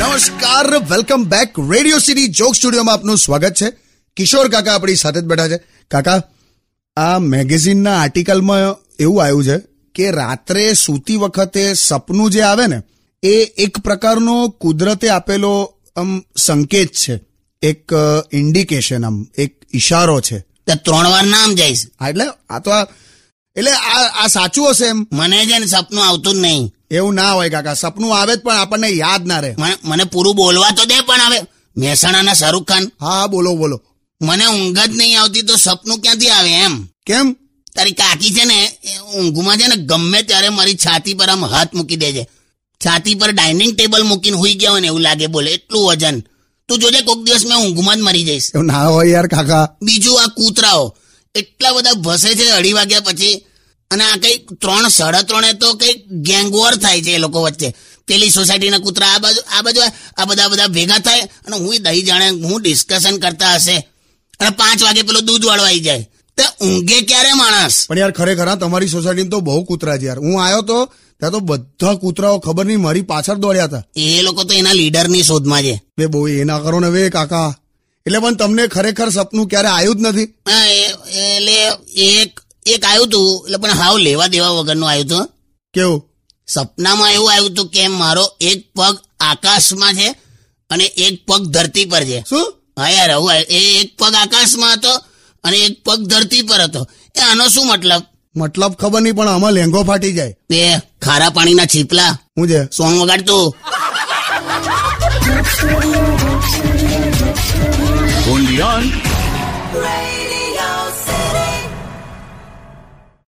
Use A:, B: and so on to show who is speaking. A: નમસ્કાર welcome back Radio City Joke સ્ટુડિયોમાં આપનું સ્વાગત છે કિશોર કાકા આપણી સાથે જ બેઠા છે કાકા આ મેગેઝિનના આર્ટિકલમાં એવું આવ્યું છે કે રાત્રે સૂતી વખતે સપનું જે આવે ને એ એક પ્રકારનો કુદરતે આપેલો આમ સંકેત છે એક ઇન્ડિકેશન આમ એક ઇશારો છે
B: તે ત્રણ વાર નામ જઈશ
A: હા, એટલે આ તો આ એટલે આ આ સાચું હશે એમ
B: મને છે ને સપનું આવતું જ નહીં
A: એવું ના હોય કાકા સપનું આવે જ પણ આપણને યાદ ના રહે
B: મને મને પૂરું બોલવા તો દે પણ હવે મહેસાણાના શાહરુખ ખાન
A: હા હા, બોલો બોલો
B: મને ઊંઘ જ નહીં આવતી તો સપનું ક્યાંથી આવે એમ
A: કેમ
B: તારી કાકી છે ને એ ઊંઘમાં છે ને ગમે ત્યારે મારી છાતી પર આમ હાથ મૂકી દે છે છાતી પર ડાઇનિંગ ટેબલ મૂકીને હુઈ ગયા હોય ને એવું લાગે બોલે એટલું વજન તું જોજે કોઈક દિવસ મેં ઊંઘમાં જ મરી જઈશ
A: એવું ના હોય યાર કાકા
B: બીજું આ કૂતરાઓ એટલા બધા ભસે છે અઢી વાગ્યા પછી અને આ કઈ ત્રણ સાડા ત્રણે તો કઈ ગેંગવોર થાય છે એ લોકો વચ્ચે પેલી સોસાયટીના કૂતરા આ બાજુ આ બાજુ આવે, આ બધા બધા ભેગા થાય અને હું દહીં જાણે હું ડિસ્કશન કરતા હશે અને પાંચ વાગે પેલો દૂધ વાળો આવી જાય તે ઊંઘે ક્યારે માણસ
A: પણ યાર ખરેખર હા, તમારી સોસાયટીમાં તો બહુ કૂતરા છે યાર હું આવ્યો તો ત્યાં તો બધા કૂતરાઓ ખબર નહીં મારી પાછળ દોડ્યા હતા
B: એ લોકો તો એના લીડરની શોધમાં છે
A: બે બહુ એ ના કરો ને વે કાકા એટલે પણ તમને ખરેખર સપનું ક્યારે આવ્યું જ નથી
B: હા, એ- એટલે એક એક આવ્યું હતું એટલે પણ હાવ લેવા દેવા વગરનું આવ્યું હતું હં.
A: કેવું
B: સપનામાં એવું આવ્યું હતું કે મારો એક પગ આકાશમાં છે અને એક પગ ધરતી પર છે
A: શું
B: હા યાર આવું આવ્યું. એ એક પગ આકાશમાં હતો અને એક પગ ધરતી પર હતો એ આનો શું મતલબ
A: મતલબ ખબર નહીં પણ આમાં લેંગો ફાટી જાય
B: બે ખારા પાણીના છીપલા
A: હું છે
B: સોંગ વગાડતું
C: only on
D: Radio